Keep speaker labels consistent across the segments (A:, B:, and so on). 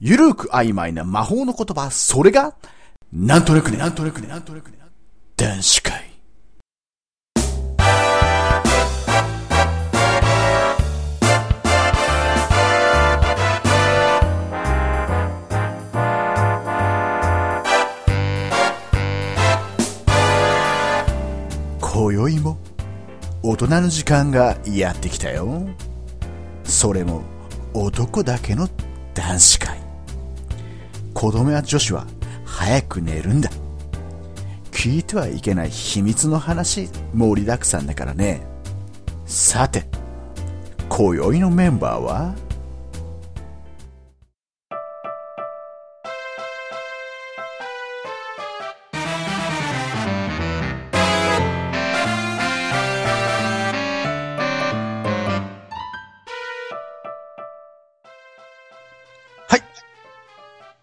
A: ゆるく曖昧な魔法の言葉、それが、なんとなくね、なんとなくね、なんとなくね、男子会。今宵も、大人の時間がやってきたよ。それも、男だけの男子会。子供や女子は早く寝るんだ聞いてはいけない秘密の話盛りだくさんだからねさて今宵のメンバーは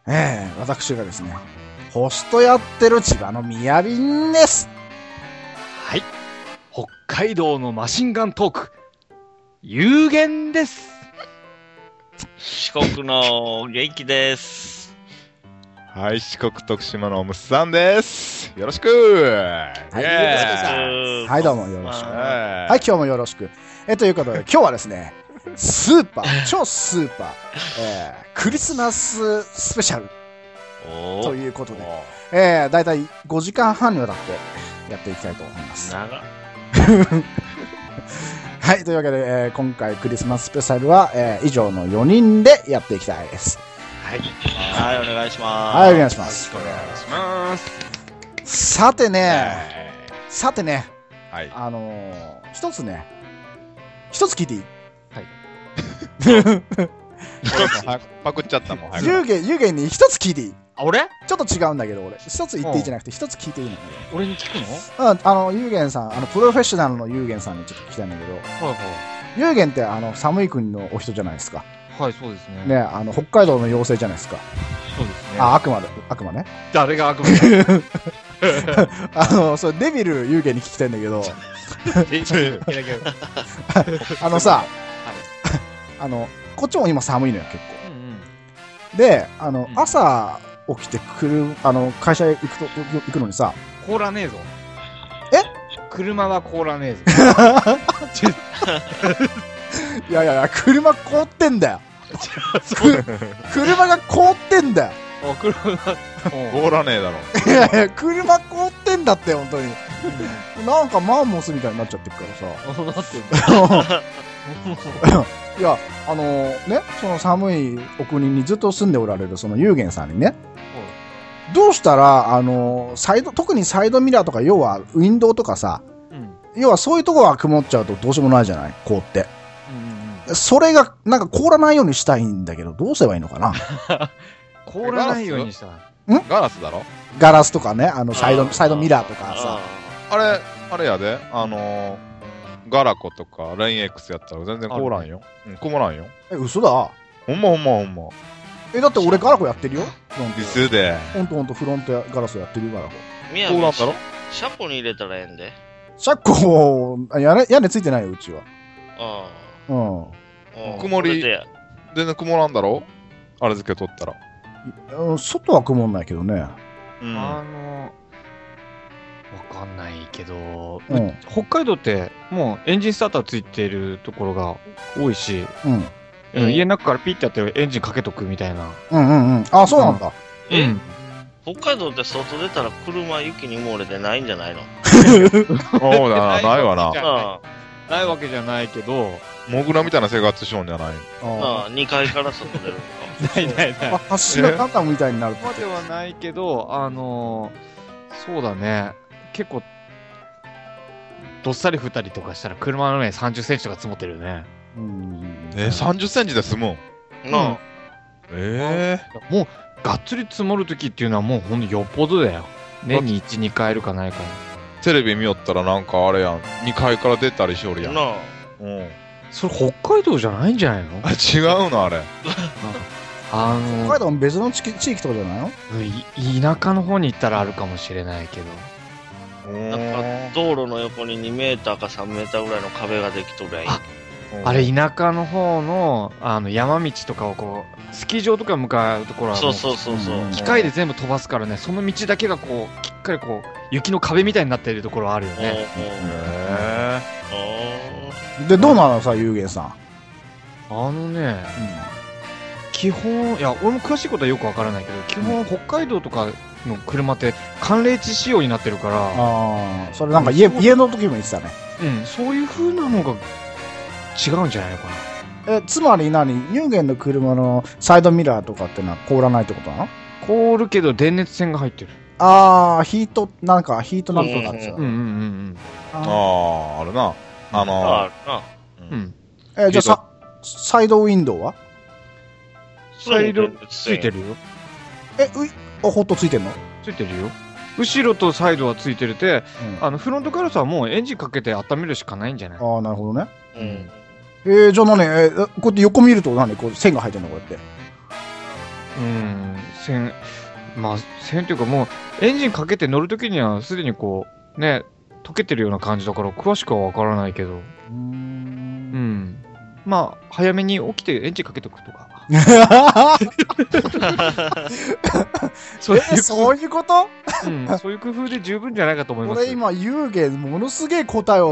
B: ええ私がですね、ホストやってる千葉のみやびんです。
C: はい。北海道のマシンガントーク、有限です。
D: 四国の元気です。
E: はい、四国徳島のムスさんです。よろしく
B: はい
E: イエーイ
B: はい、どうもよろしく。
D: ま
B: は、
E: はい
B: 今日もよろしく。え、というこ とで、今日はですね、スーパー、超スーパー、ええクリスマススペシャル
D: お
B: と
D: ー
B: いうことで、
E: お
B: ええだいたい5時間半にわたってやっていきたいと思います。
D: 長っ
B: はい、というわけで、えー今回クリスマススペシャルは、えー以上の4人でやっていきたいです。
C: はい。
D: はい、お願いします。
B: はい、お願いし
E: よ
B: ま
E: ろ
B: す
E: しく。お願いします。
B: さてね、
E: え
B: さてね、
E: ーはい。
B: あのー一つね、一つ聞いていい
E: パパクっちゃったもん。早く
B: 湯気、湯気に一つ聞いていい
C: あ、俺
B: ちょっと違うんだけど、俺。一つ言っていいじゃなくて、一つ聞いていいのね。
C: 俺に聞くの
B: うん、あの、ゆうげんさん、あの、プロフェッショナルのゆうげんさんにちょっと聞きたいんだけど、
C: はいは
B: ゆうげんって、あの、寒い国のお人じゃないですか。
C: い。はい、そうですね。
B: ね、あの、北海道の妖精じゃないですか。
C: そうですね。
B: あ、悪魔だ、悪魔ね。
C: 誰が悪魔 だ
B: あの、そう、デビルゆうげんに聞きたいんだけど、
C: えいやいや
B: あのさ、あの、こっちも今寒いのよ、結
C: うんうん。
B: 構。で、あの、
C: うん
B: 朝起きてくる、あの、会社へ行くと、行くのにさ、
C: 凍らねえぞ。え車は凍らねえぞ。
B: いやいやいや、車凍ってんだよ。
C: そう。
B: 車が凍って んだよ。
C: お車 は。おう
E: 凍らねえだろ。
B: いやいや、車凍ってんだって、本当に。なんかマンモスみたいになっちゃってるか
C: おな
B: らさ。
C: ってんだ
B: いや、あのね、その寒いお国にずっと住んでおられる、そのユーゲンさんにね、どうしたら、あのサイド、特にサイドミラーとか、要はウィンドウとかさ、
C: うん。うん
B: 要はそういうとこが曇っちゃうとどうしようもないじゃない凍って。
C: うんうん。
B: それが、なんか凍らないようにしたいんだけど、どうすればいいのかな
C: 凍らないようにしたら。
E: ガラスだろ。
B: ガラスとかね、あの、サイ
D: あ
B: ド、
D: ー
B: サイドミラーとかさ。
D: あ
E: あれ、あれやで。あのー、ガラコとかレインエックスやったら全然凍らんよ。うん、曇らんよ。
B: え、嘘だ。
E: ほんまほんまほんま。
B: え、だって俺ガラコやってるよ。フロント
E: い。つで。
B: ほんとほんとフロントガラスやってるガラコ。
D: ーみや
E: 凍らんだろ。
D: シャコに入れたらええんで。
B: 車庫を、あ屋根、屋根ついてないよ、うちは。
D: あ
B: う
D: ーうん
E: 曇り
D: それで
E: 全然曇らんだろ。あれ付け取ったら。
B: んうん。外は曇んないけどね。
E: うん。
C: あの、わかんないけど、
B: うん。
C: 北海道ってもうエンジンスターターついてるところが多いし、
B: うん。
D: うん
C: 家の中からピッてやってエンジンかけとくみたいな。
B: うんうんうん。あ、そうなんだ。
D: え、
C: うん
D: 北海道って外出たら車雪に埋もれてないんじゃないの
E: そうだな、ないわな
C: じ。ゃ
D: あ
C: ないわけじゃないけど、
E: モグラみたいな生活しようんじゃない
D: あ、
B: あ
D: ああ、2階から外出るのか。
C: ないないな
B: あ。
C: い。
B: ま
C: こ
B: あ、橋が肩みたいになるって
C: こまではないけど、あのー、そうだね、結構、どっさり降ったりとかしたら車の上に30センチとか積もってるよね。
B: うん。
E: え、30センチで済むん
D: な
E: え
C: もう、がっつり積もる時っていうのはもうほんとよっぽどだよ。年に1、2回あるかないか
E: えテレビ見よったらなんかあれやん。2階から出たりしおる
D: あ、
E: やん。
D: なあ。
E: うん。あ、
C: それ北海道じゃないんじゃないの
E: 違うのあれ。
C: あ
B: 北海道の別の地域地域とかじゃないの
C: のい田舎の方に行ったらあるかもしれないけど
E: うん
D: なんか道路の横に2メーターか3メーターぐらいの壁ができとるやん。
C: あ
E: うん
C: あれ、田舎の方のあの山道とかをこう、スキー場とか向かうところは、
D: そうそうそうそう。
B: うん
C: 機械で全部飛ばすからね、その道だけがこう、きっかりこう、雪の壁みたいになっているところはあるよ
D: お
C: ね。
E: へ
D: ー
E: え。
D: おー
B: で、どうなのさ、有言さん。
C: あのね、基本、いや、俺も詳しいことはよくわからないけど、基本、北海道とかの車って、寒冷地仕様になってるから、
B: ああ、それなんか家、
C: うん
B: 家の時も言ってたね。
C: うん、そういう風なのが違うんじゃないのかな。
B: え、つまり何有言の車のサイドミラーとかってのは凍らないってことなの
C: 凍るけど、電熱線が入ってる。
B: ああ、ヒート、なんか、ヒートなんとかって
C: うんうんうん
E: ああ、あるな。あの
D: ああ、
C: うん。うん。
B: え、じゃあさ、サイドウィンドウは
C: サイドつ
D: つ
C: いて
D: る。
C: るよ。
B: え、うい、あ、ホットついてんの
C: ついてるよ。後ろとサイドはついてるて、
B: うん
C: あのフロントガラスはもうエンジンかけて温めるしかないんじゃない
B: ああ、なるほどね。
D: うん。
B: えー、じゃあ何えーえこうやって横見ると何こう線が入ってんのこうやって。
C: うん、線、まあ、線というかもう、エンジンかけて乗るときにはすでにこう、ね、溶けてるような感じだから、詳しくはわからないけど、
B: うー。
C: うんん。まあ、早めに起きてエンジンかけとく とか。そ
B: えそういうこと
C: うん、そういう工夫で十分じゃないかと思います。
B: 俺今、有言、ものすげえ答えを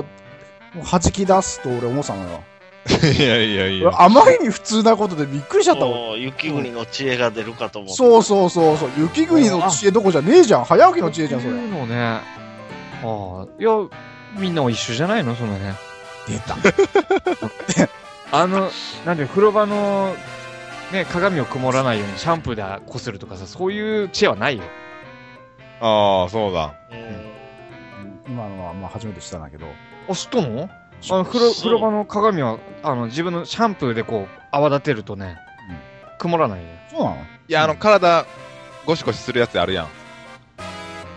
B: もう弾き出すと俺思ってたのよ。
E: いやいやいや
B: 俺。あまりに普通なことでびっくりしちゃったもん。
D: もう雪国の知恵が出るかと思う。
B: そうそうそうそう。雪国の知恵どこじゃねえじゃん。早起きの知恵じゃん、そ
C: そう
B: れ。
C: いうのね。ああ、いや、みんなは一緒じゃないのそのね。
B: 出た。
C: あの、なんていうの風呂場の、ね、鏡を曇らないようにシャンプーでこするとかさ、そういう知恵はないよ。
E: ああ、そうだ。
D: うん。
B: 今のはまあ初めてしたんだけど。
C: あ、知ったのあの風呂
D: そう
C: 風呂場の鏡はあの自分のシャンプーでこう泡立てるとね、曇らないよ
B: そうなの
E: いや、あの、体、ゴシゴシするやつあるやん。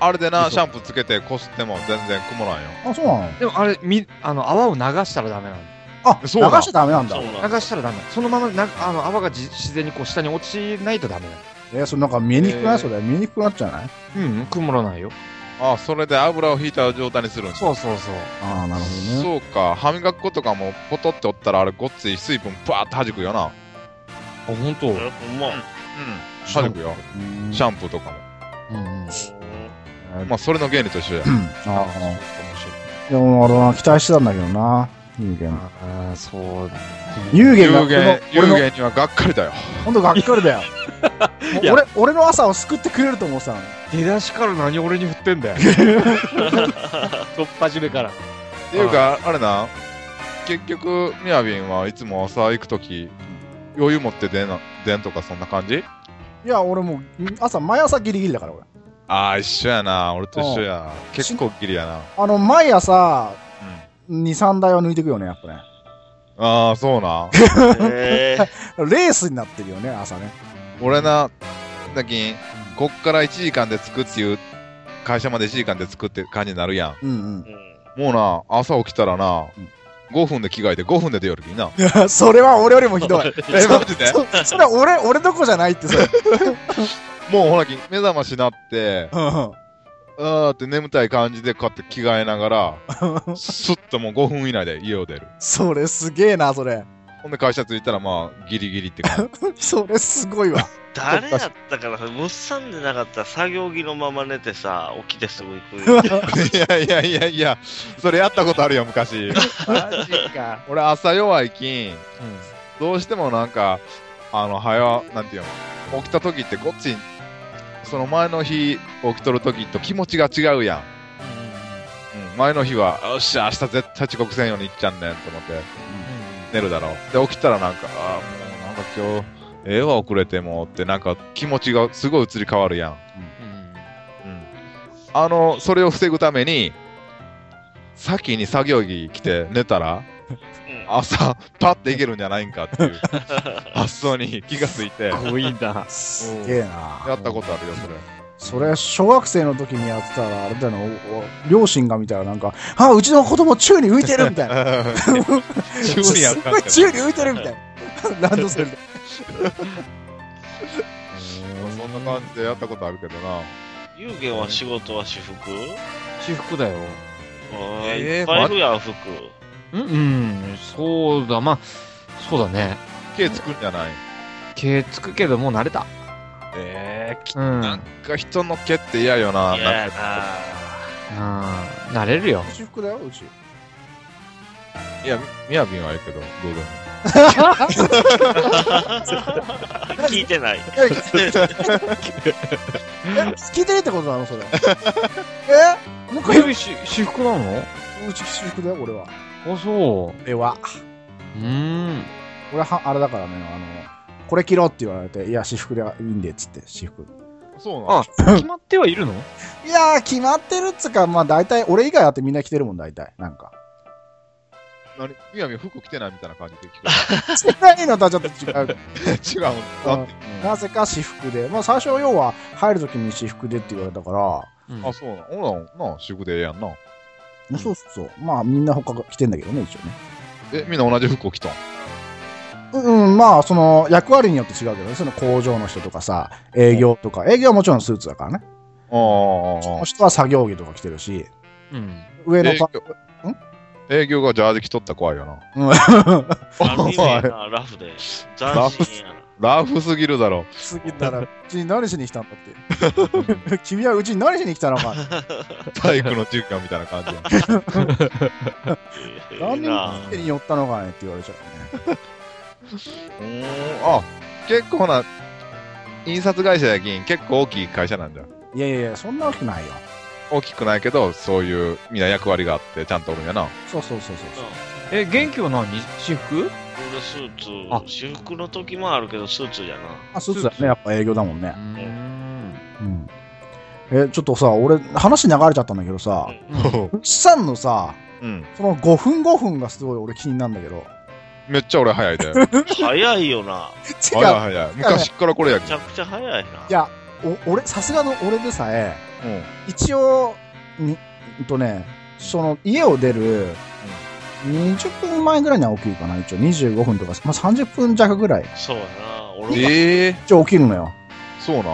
E: あれでな、シャンプーつけてこすっても全然曇らんよ。
B: あ、そうなの
C: でもあれみあの泡を流したらダメなの
B: あ、流し
E: そうなの
B: ちゃダメなんだ
D: そう。なんだ
C: 流したらダメそのままなあの泡がじ自然にこう下に落ちないとダメなの
B: えー、それなんか見えにくく
C: へ
B: な
C: ー
B: いそれ。見えにくくなっちゃうない
C: うん曇らないよ
E: ああ、それで油を引いた状態にするん
C: そうそうそう
B: ああ、なるほどね。
E: そうか、歯磨くことかもポトっておったらあれごっつい水分バーって弾くよな。うん。
C: あ本当うん
D: もう。
E: 弾くよ。
B: うん
E: シャンプーとか
C: うん
E: も。まあ、それの原理と一 緒や。
B: ああ。でも俺は期待してたんだけどな。有限。
C: ああそうだ
B: 有限
E: 有
B: が、
E: 限、
B: こ
E: 有
B: の俺の、
E: 限にはがっかりだよ。
B: ほんとがっかり だよ。
C: いや
B: 俺、俺の朝を救ってくれると思ってたの。
C: 出だしから何俺に振ってんだよ突っ始めから
E: っていうか、あれな、結局、みやびんはいつも朝行くとき、余裕持って出な、出んとかそんな感じ
B: いや、俺もう、朝、毎朝ギリギリだから、俺。
E: ああ、一緒やな。俺と一緒や。結構ギリやな。
B: あの、毎朝、
E: うん。
B: 2、3台は抜いてくよね、やっぱね。
E: ああ、そう な。
D: ええ。
B: レースになってるよね、朝ね。
E: 俺な、だきん、こっから1時間で着くっていう、会社まで1時間で着くって感じになるやん。
B: うんうん。
E: もうな、朝起きたらな
B: うん、
E: 5分で着替えて5分で出よるきな。
B: それは俺よりもひどい。
E: え、マジで
B: そそれは俺、俺どこじゃないってそれ。
E: もうほらきん、目覚ましなって、
B: うんうん
E: あーって眠たい感じでこうやって着替えながら、スッともう5分以内で家を出る。
B: それすげえな、それ。
E: ほんで会社着いたらまあ、ギリギリって感じ。
B: それすごいわ。
D: 誰やったかな物産でなかったら作業着のまま寝てさ、起きてすぐ行くよ。
E: いやいやいやいや、それやったことあるよ、昔。
C: マジか
E: 俺朝弱いきん、
C: うん
E: どうしてもなんか、あの、早、なんていうの、起きた時ってこっち、その前の日起きとる時と気持ちが違うやん。うん、前の日は、よっしゃ、明日絶対遅刻せんように行っちゃんねんと思って、寝るだろう。で、起きたらなんか、ああ、もうなんか今日、ええわ、遅れてもって、なんか気持ちがすごい移り変わるやん。うん。あの、それを防ぐために、先に作業着着て寝たら、朝、パッていけるんじゃないんかっていう 発想に気がついて、
C: うん、多いんだ
B: すげえな。
E: やったことあるよ、 それ。
B: それ、小学生の時にやってたら、あれだよな、おお両親が見たらなんか、あ、うちの子供宙に浮いてるみ たいな。
E: 急にやっ
B: す
E: た
B: ご
E: ん
B: い
E: け
B: 宙
E: ど。
B: に浮いてるみたいな。ラ ンドセルで。
E: そんな感じでやったことあるけどな。
D: ゆうげんは仕事は私服
C: 私服だよ
D: おー
E: えー
D: いっぱいいるやん、服。
C: うん、うん、そうだ、まあ、そうだね。
E: 毛つくんじゃない
C: 毛つくけど、もう慣れた。
E: ええ
C: う
E: なんん。か人の毛って嫌よな。
D: いや
E: なん
D: や
E: か
D: な
C: あー慣れるよ。
B: 私服だよ、うち。
E: いや、みやびんはいいけど、どうでも。
D: 聞いてない。
B: え、 聞いてるってことなのそれ。えもう一回
C: え、し私服なの
B: うち私服だよ、俺は。
C: あ、そ
B: 俺は。
C: う。うーん。
B: 俺は、あれだからね、あの、これ着ろって言われて、いや、私服でいいんで、っつって、私服。
E: そうな
C: あ
E: の、
C: 決まってはいるの
B: いやー、決まってるっつうか、まあ大体、俺以外だってみんな着てるもん、大体。なんか。
E: 何みやびん服着てないみたいな感じで聞
B: 着てないのとはちょっと違
E: く。違うの。
B: う。
E: だって
B: なぜか私服で。まあ最初、要は、入るときに私服でって言われたから、
C: うん
E: あ、そうなの。ほら、なあ、私服でええやんな。
B: そうそうそう。まあみんな他が着てんだけどね、一応ね。
E: え、みんな同じ服を着たん
B: うん、まあ、その、役割によって違うけどね、その工場の人とかさ、営業とか、営業はもちろんスーツだからね。
E: ああ
B: そ
E: ああ
B: の人は作業着とか着てるし、
C: うん。
B: 上の
E: 営業
B: パ、
E: 営業がジャージ着とったら怖いよな。
D: ラフ
E: お
D: や
E: い
D: な、ラフで。斬新やな。
E: ラフすぎるだろ。
B: 過ぎたら、うちに何しに来たんだって。君はうちに何しに来たのか。
E: 体育の授業みたいな感じやん。
B: 何
D: いい
B: に
D: な
B: 来てに寄ったのかねって言われちゃうね。
E: うーんあ結構な印刷会社やきん結構大きい会社なんだよ
B: いやいやいや、そんなわけないよ。
E: 大きくないけどそういうみんな役割があってちゃんとおるんやな
B: そうそうそうそう。
C: え、元気は何私服
D: 俺スーツ
C: あ、
D: 私服の時もあるけど、スーツじゃな。
B: あ、スーツだね、やっぱ営業だもん
C: う
B: ね。
C: ん。
B: うん。え、ちょっとさ、俺、話流れちゃったんだけどさ、うちさんのさ、
E: うん
B: その5分5分がすごい俺気になるんだけど。
E: めっちゃ俺早いで
D: 早いよな。
B: 違う
E: 早い早い昔っからこれや
D: め
E: き
D: ちゃくちゃ早いな。
B: いや、お俺、さすがの俺でさえ、
E: うんうん
B: 一応、に、うんとね、その、家を出る、20分前ぐらいには起きるかな、一応。25分とか、まあ、30分弱ぐらい。
D: そうやな。俺も
E: ええ
B: 一応起きるのよ。
E: そうなん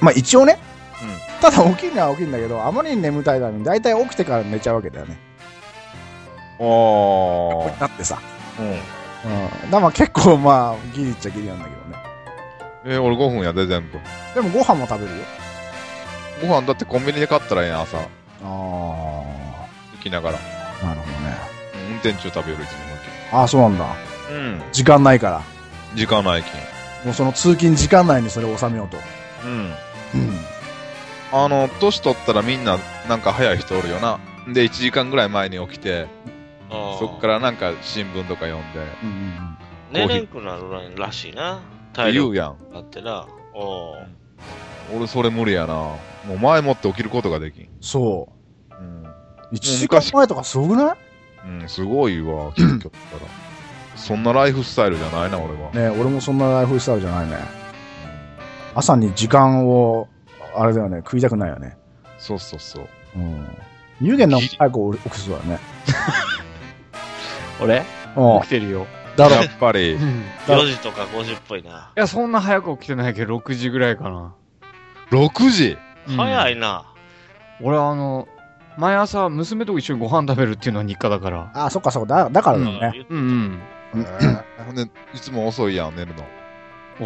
B: まあ、一応ね。ただ起きるのは起きるんだけど、あまりに眠たいために、大体起きてから寝ちゃうわけだよね。
E: あ
B: だってさ。
E: あうん
B: うん。だからまあ結構まあ、ギリっちゃギリなんだけどね。
E: え俺5分やで全部
B: でもご飯も食べるよ。
E: ご飯だってコンビニで買ったらええな朝行
B: あ
E: きながら
B: あ、なるほどね。
E: うん運転中食べよるいつも
B: ああ、そうなんだ。
E: うん
B: 時間ないから。
E: 時間ないき
B: もうその通勤時間内にそれを収めようと。
E: んうん
B: うん。
E: あの、年取ったらみんな、なんか早い人おるよな。で、1時間ぐらい前に起きて、
D: あー
E: そっからなんか新聞とか読んで、
B: うんうんうん。
D: 寝れんくなるらしいな。体
E: 言
D: 力
E: うやん。
D: があってな。おう
E: 俺それ無理やな。もう前もって起きることができん。
B: そう。
E: うん。
B: 一時間前とかすごくない
E: うん、すごいわ、結局から。そんなライフスタイルじゃないな、俺は。
B: ねえ俺もそんなライフスタイルじゃないね。朝に時間を、あれだよね、食いたくないよね。
E: そうそうそう。
B: うん。湯気なんか早く起きそうだね。
C: 俺
B: うん
C: 起き。てるよ。
B: だろ
E: や。っぱり、
C: ん。い
D: 4時とか5時っぽいな。
C: や、そんな早く起きてないけど、6時ぐらいかな。
E: 6時
D: 早
C: い。
D: いな。
C: 俺、あの、毎朝、娘と一緒にご飯食べるっていうのは日課だから。
B: あ、そっかそっか、だだからだよね。
D: 言っ
C: うんうん。
E: えーほんで、いつも遅いやん、寝るの。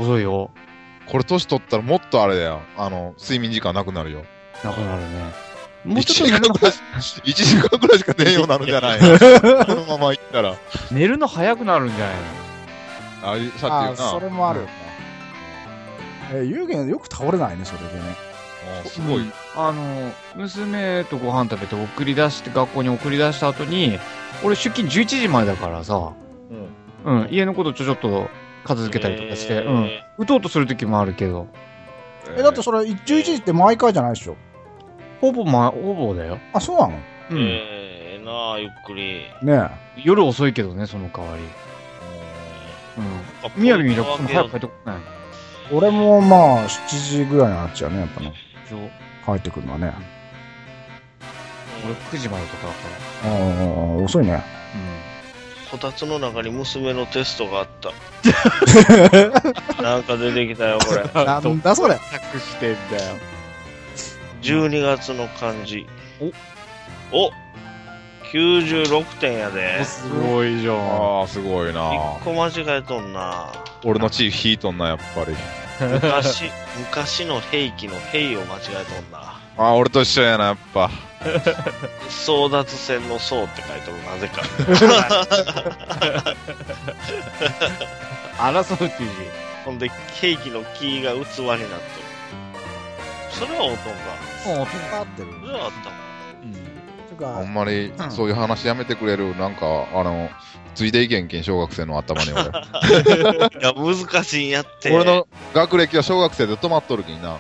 C: 遅いよ。
E: これ年取ったらもっとあれだよ。あの、睡眠時間なくなるよ。
C: なくなるね。も
E: 1
C: うち
E: 時
C: ょっと寝る
E: 間
C: の
E: ぐらい、1時間ぐらいしか寝んようになるんじ ゃないこのまま行ったら。
C: 寝るの早くなるんじゃない
E: あ、さ
B: あ
E: っき言うな。
B: それもあるよね。え、湯気よく倒れないね、それでね。
E: うんすごい。
C: のあの、娘とご飯食べて送り出して、学校に送り出した後に、俺出勤11時前だからさ、うん、家のことちょちょっと片付けたりとかして、うん。打とうとする時もあるけど、
B: え、だってそれ、11時って毎回じゃないでしょ。
C: ほぼ、ま、ほぼだよ。
B: あ、そうなの
C: うん。
D: ええなあ、ゆっくり。
B: ね
C: 夜遅いけどね、その代わり。うん。みやびみたく早く帰ってこない。
B: え。俺もまあ、7時ぐらいになっちゃうね、やっぱね。
C: そう
B: 帰ってくるのはね。
C: 俺9時までとかだか
B: うん、遅いね。
C: ら。
D: こたつの中に娘のテストがあった。なんか出てきたよ、これ。
C: うん。
B: なんだそれ。
C: 隠してんだよ。
D: 12月の漢字。おお96点やで。
C: すごいじゃん。
E: ああ、すごいな
D: 1。個間違えとんな。
E: 俺の地位引いとんな、やっぱり。
D: 昔、昔の兵器の兵を間違えとんな。
E: ああ、俺と一緒やな、やっぱ。
D: 争奪戦の争って書いてるなぜか。
C: 争うっていう字。
D: ほんで、兵器のキーが器になっとる。それはおとんか。
B: 合ってる。
D: それはあったわ
B: て
E: あ
B: か
E: ん、まり
B: うん
E: そういう話やめてくれる、なんか、あの、ついでいけんけん、小学生の頭 に俺。
D: いや、難しいんやって。
E: 俺の学歴は小学生で止まっとるきにな。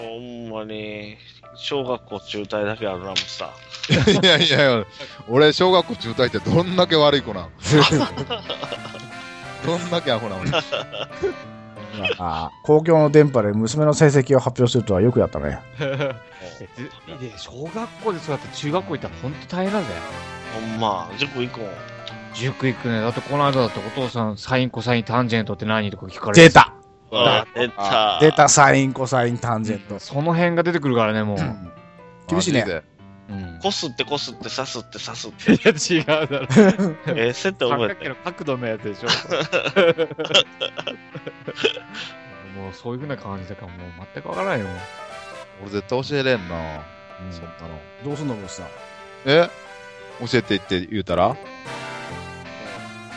D: ほんまに、小学校中退だけあるな、もうさ。
E: いやいやいや、俺、小学校中退ってどんだけ悪い子なんどんだけアホなのに。
B: あ公共の電波で娘の成績を発表するとはよくやったね。
C: で小学校でそうやって中学校行ったら本当大変なんだよ。
D: ほんま、塾行こう。
C: 塾行くね。だってこの間だってお父さん、サイン、コサイン、タンジェントって何とか聞かれて。
B: 出た
E: あ
D: 出た。
B: 出。たサイン、コサイン、タンジェント。
C: その辺が出てくるからね、もう。
B: 厳しいね
E: マジで
C: うん
D: こすってこすって刺すって刺すっ
C: い
D: て。
C: や、違うだろ。
D: ええ、せって
C: 三
D: 覚
C: 角
D: えて
C: 形。の角度のやつ でしょ。もうそういうふうな感じだから、もう全くわからないよ。
E: 俺絶対教えれんな、そんなの。
B: どうすんの、ボスさん。
E: え教えてって言うたら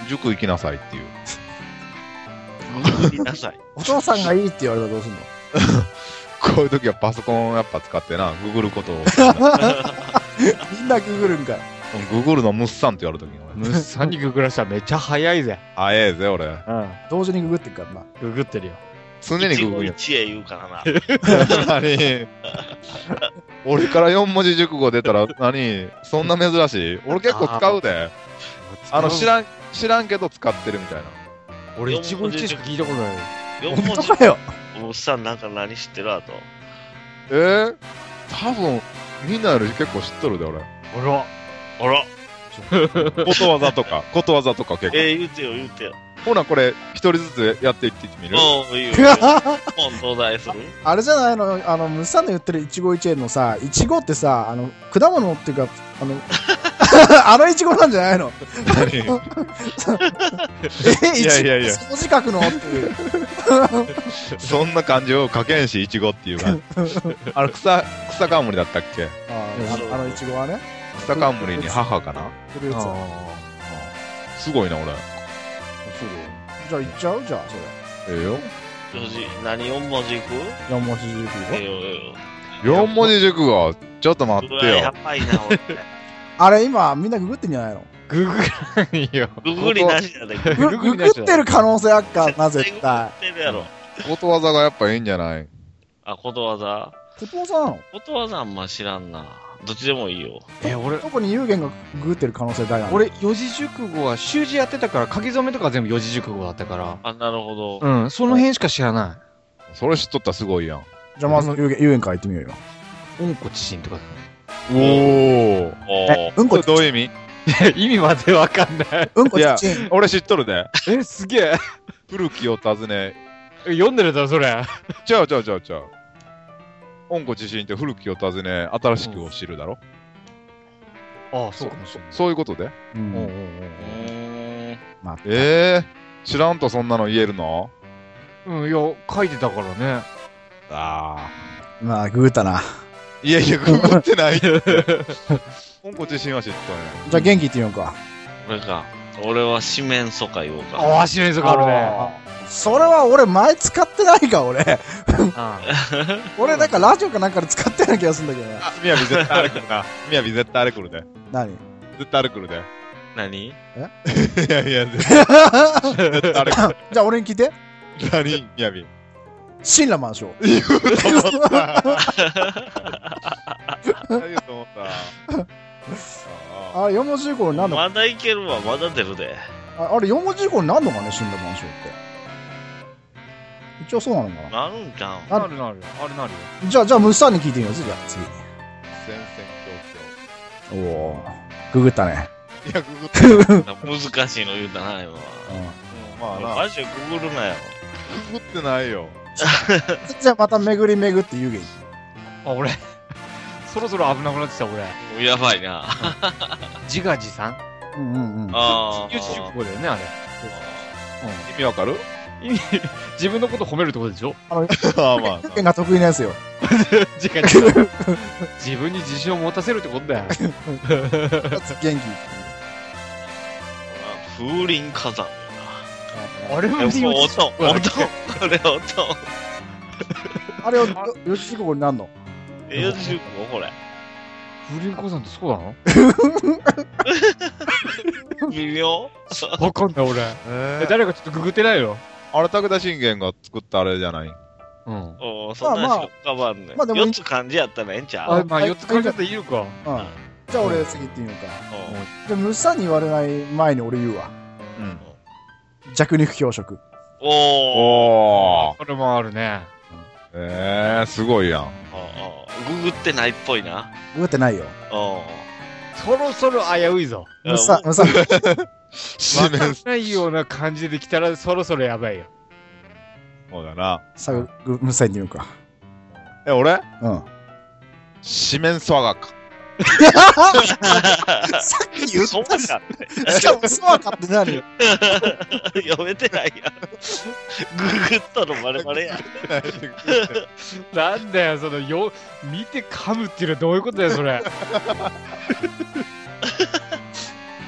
E: 塾行きなさいっていう。
D: 握りなさ い。
B: お父さんがいいって言われたらどうすんの
E: こういう時はパソコンやっぱ使ってな、 ググることを。
B: みんなググるんかい。
E: ググるのムッサンって言われた時に俺。
C: むっさんにググらしたらめっちゃ早いぜ。
E: あええぜ、俺。
C: うん。
B: 同時にググってっからな。
C: ググってるよ。
E: 常に
D: 一
E: ググ
D: 語
E: るよ。
D: 一会言うからな。
E: 何俺から4文字熟語出たら何そんな珍しい俺結構使うで。あの、知
C: ん。
E: らん、知らんけど使ってるみたいな。
C: 俺一語一会しか聞いたことないよ。
D: 四
B: 本
D: 文
B: 当かよ。
D: 字。おっさんなんか何知ってるあと。
E: えー、多分、みんなより結構知っとるで、俺。
C: あら。
D: あら。
E: ことわざとか、ことわざとか結構。
D: ええ、言うてよ、言うてよ。
E: ほな、これ、一人ずつやっていってみる
D: うん、いいよ。いいよ本東大する
B: あれじゃないの、あの、ムッサンの言ってる一期一会のさ、一期ってさ、あの、果物っていうか、あ の、あのイチゴなんじゃないの
E: 何
B: え、い
E: いやいやいや
B: その字書くのっていう。
E: そんな感じを書けんし、いちごっていうか。あれ、草、草冠だったっけ
B: あ
D: そう
B: ああのイチゴはね。
E: 草冠に母かな
B: フルーツ
C: あ
E: すごいな、俺。
B: じゃあ行っちゃうじゃあ、それ。
E: ええよ。
D: 四字、何四文字いく
B: 四文字熟
D: ええ
B: 語
D: よ、ええよ。
E: 4文字熟語、ちょっと待っ
D: う
E: て
D: わ、や
E: よ。
D: ばいな、俺。
B: あれ今みんなググってんじゃないの
C: ググらんよ。
D: ググりなしやで。グ
B: ググってる可能性あっかな絶 対
D: グってるやろ。
E: ことわざがやっぱいいんじゃない
D: あ、ことわざ
B: ことわざなの
D: ことわざあんま知らんな。どっちでもいいよ。
C: え、俺、
B: 特に有言がググってる可能性大なの
C: 俺、四字熟語は習字やってたから、書き初めとか全部四字熟語だったから。
D: あ、なるほど。
C: うん、その辺しか知らな
E: それ知っとったらすごいやん。
B: じゃあまず有言有言から言ってみようよ
C: い。うんこ知んとか。
E: おー。
D: お
B: え
D: ー
B: うん
E: こ
B: こ
E: れ
B: ち
E: どういう意味
C: 意味までわかんない。
B: うんこ
E: い
B: ち
E: や
B: ちん
E: 俺知っとるで。
C: え、すげえ。
E: 古きを尋ね。
C: 読んでるだろ、それ。
E: ちゃうちゃうちゃうちゃう。恩子自身って古きを尋ね、新しくを知るだろ、
C: ああ、そうかもしれない。
E: そういうことで。
B: う
C: うんうん
B: ん
D: うーん。
B: まあ
E: ええー、知らんとそんなの言えるの
C: うんうん。いや、書いてたからね。
E: ああ。
B: まあググったない
E: やいや、ググって ないって。恩子自身は知っとんや。
B: じゃあ元気言ってみようか
D: 俺か。俺は四面楚歌言おうか。
C: ああ、知らんぞ、あるね。
B: それは俺前使ってないか俺
C: あ
B: 俺なんかラジオかなんかで使ってない気がするんだけどね
E: みやび絶対あれくるな。みやび絶対あれくるで。
B: 何
E: 絶対あれくるで。
D: 何
E: いやいや、絶対絶対あれくる。
B: じゃあ俺に聞いて
E: 何 みやび。
B: 新羅万象
E: 何言うと思った。あ
B: あれ四文字熟語になんの
D: まだいけるわ、まだ出るで。
B: ああれ四文字熟語になんのかね新羅万象って一応そうなのかな
D: なるんじゃん。
C: あ。なるなる。あれなるよ。
B: じゃあ、じゃあ、ムッサンに聞いてみますじゃあ、次。
E: あ戦々
B: おおググったね。
E: 恐々。いや、ググってる。
D: 難しいの言うたな、今は。
E: まあな。
D: マジでググるなよ。
E: ググってないよ。
B: じゃあ、また巡り巡って湯気に。
C: あ、俺。そろそろ危なくなってきた、俺。
D: やばいな。
C: 自画自賛
B: うんうんうん。
D: あ
C: 自給自
D: あ。
C: 足だよね、あれ。
E: 意味わかる
C: 自分のこと褒めるってことでしょ
E: ああまあ
B: 表現が得意なやつよ。
C: 自画自 賛。自分に自信を持たせるってことだよ。
B: 元気。
D: 風林火山。
C: あれ
D: で
C: は
D: もこう音、
C: うわ
D: 音、これ音。
B: あれを、よしこになんの
D: え、四十五これ。
C: 風林火山ってそうなの
D: 微妙
C: わかんない、俺。
E: え
C: 誰かちょっとググってないよ。
E: あれ武田信玄が作ったあれじゃない
C: うん。
D: おーそんな
B: まあ
D: しか浮かばんね
B: まあでも
D: 四つ漢字やったらええんちゃ
C: あ、
D: う
C: まあ、4つ書いてあっていいのか。
B: うん。じゃあ俺次行ってみようか。
D: うん
B: じゃあ、ムッサンに言われない前に俺言うわ。
E: うん
B: 弱肉強食。
D: おー
E: おー
C: これもあるね。
E: えー、すごいやん
D: ああググってないっぽいな。
B: うってないよ。
D: お
C: そろそろ危ういぞ。
B: ムッサン、ムッサン、
E: 四
C: わか
E: 面
C: んないような感じで来たらそろそろやばいよ。
E: そうだな
B: さあ、ぐムッサンに言うか。
E: え俺
B: うん。
E: 四面楚歌 か
B: さっき言っ
D: そん
B: た
D: な
B: し、
D: かって。
B: しかも嘘は買って何
D: 読めてないやん。ググったのバレバレやん。
C: なんだよ、その、よ、見て噛むっていうのはどういうことだよ、それ。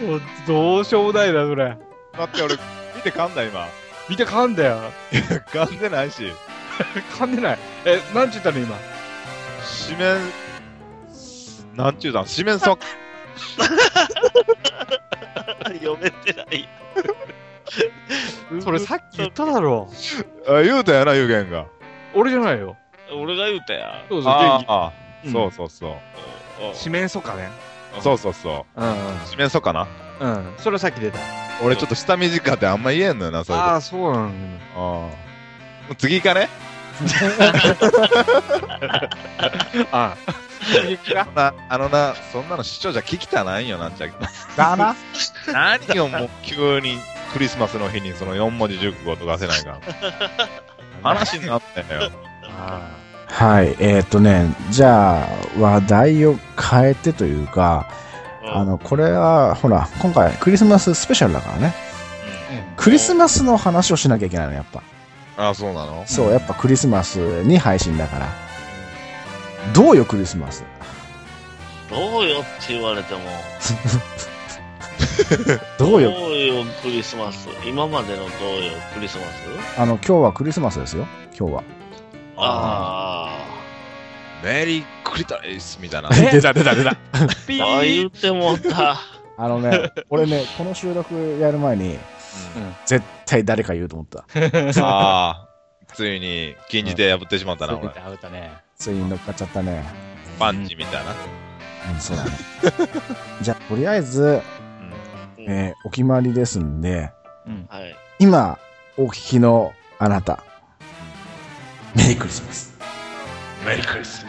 C: もうどうしようもないな、それ。
E: 待って俺見て噛んだ今
C: 見て噛んだよ。
E: 噛んでないし
C: 噛んでない。え、なんちゅったの、今。
E: 四面なんちゅうだ四面楚歌
D: 読めてないや
C: それさっき言っただろ。
E: あ言うたやな有言が
C: 俺じゃないよ。
D: ん。俺が言うたやん。
C: そう
E: あ
C: そう。
E: あ
C: うん
E: そうそうそう
D: おう
C: 四面楚歌ね。
E: そうそうそう
C: うん
E: 四面楚歌な
C: うん。うん。それはさっき出た。
E: 俺ちょっと下短であんま言えんのよなそういうこと
C: ああ、そうなんだ。
E: ああ次行か ね
C: ああ。
E: なあのな、そんなの視聴者聞きたないよな、じゃ
B: だな。
E: 何よ、もう急にクリスマスの日にその4文字熟語とかせない から。話になってんだよ。
C: あ
B: はい、えー、っとね、じゃあ、話題を変えてというか、あの、これは、ほら、今回クリスマススペシャルだからね。クリスマスの話をしなきゃいけないの、やっぱ。
E: ああ、そうなの
B: そう、やっぱクリスマスに配信だから。どうよ、クリスマス。
D: どうよって言われても。
B: どうよ。
D: どうよクリスマス。今までのどうよクリスマス
B: あの、今日はクリスマスですよ。今日は。
D: あ
E: メリークリトリスみたい な。
B: 出た、出た、出た。
C: ピ
D: あ。ああ言
C: ー
D: うてもうた。
B: あの ね、俺ね、この収録やる前に、絶対誰か言うと思った。
E: ああ、ついに禁じ手破ってしまったな、俺。
C: アウトね。
B: ついに乗っかっちゃったね。
E: パンチみたいな。
B: うん、そうな の。じゃあ、とりあえず、えーお決まりですんで、
D: はい。
B: 今、お聞きのあなた、メリークリスマス。
E: メリークリス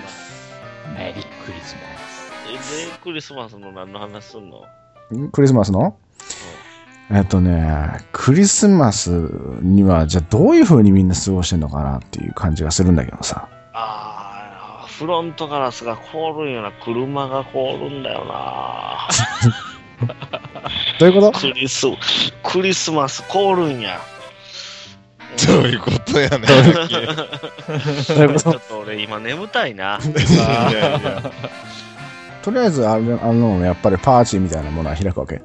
C: メリークリスマス。
D: えで、クリスマスの何の話すんの
B: んクリスマスのえっとね、クリスマスには、じゃあどういう風にみんな過ごしてんのかなっていう感じがするんだけどさ。
D: ああ、フロントガラスが凍るんよな。車が凍るんだよな。
B: どういうこと
D: クリス、クリスマス凍るんや。
E: どう いうことやねん。
B: どういうこ
D: ちょ
B: と
D: っと俺今眠たいな。
E: いやいや
B: とりあえずあれ、あの、やっぱりパーチみたいなものは開くわけ。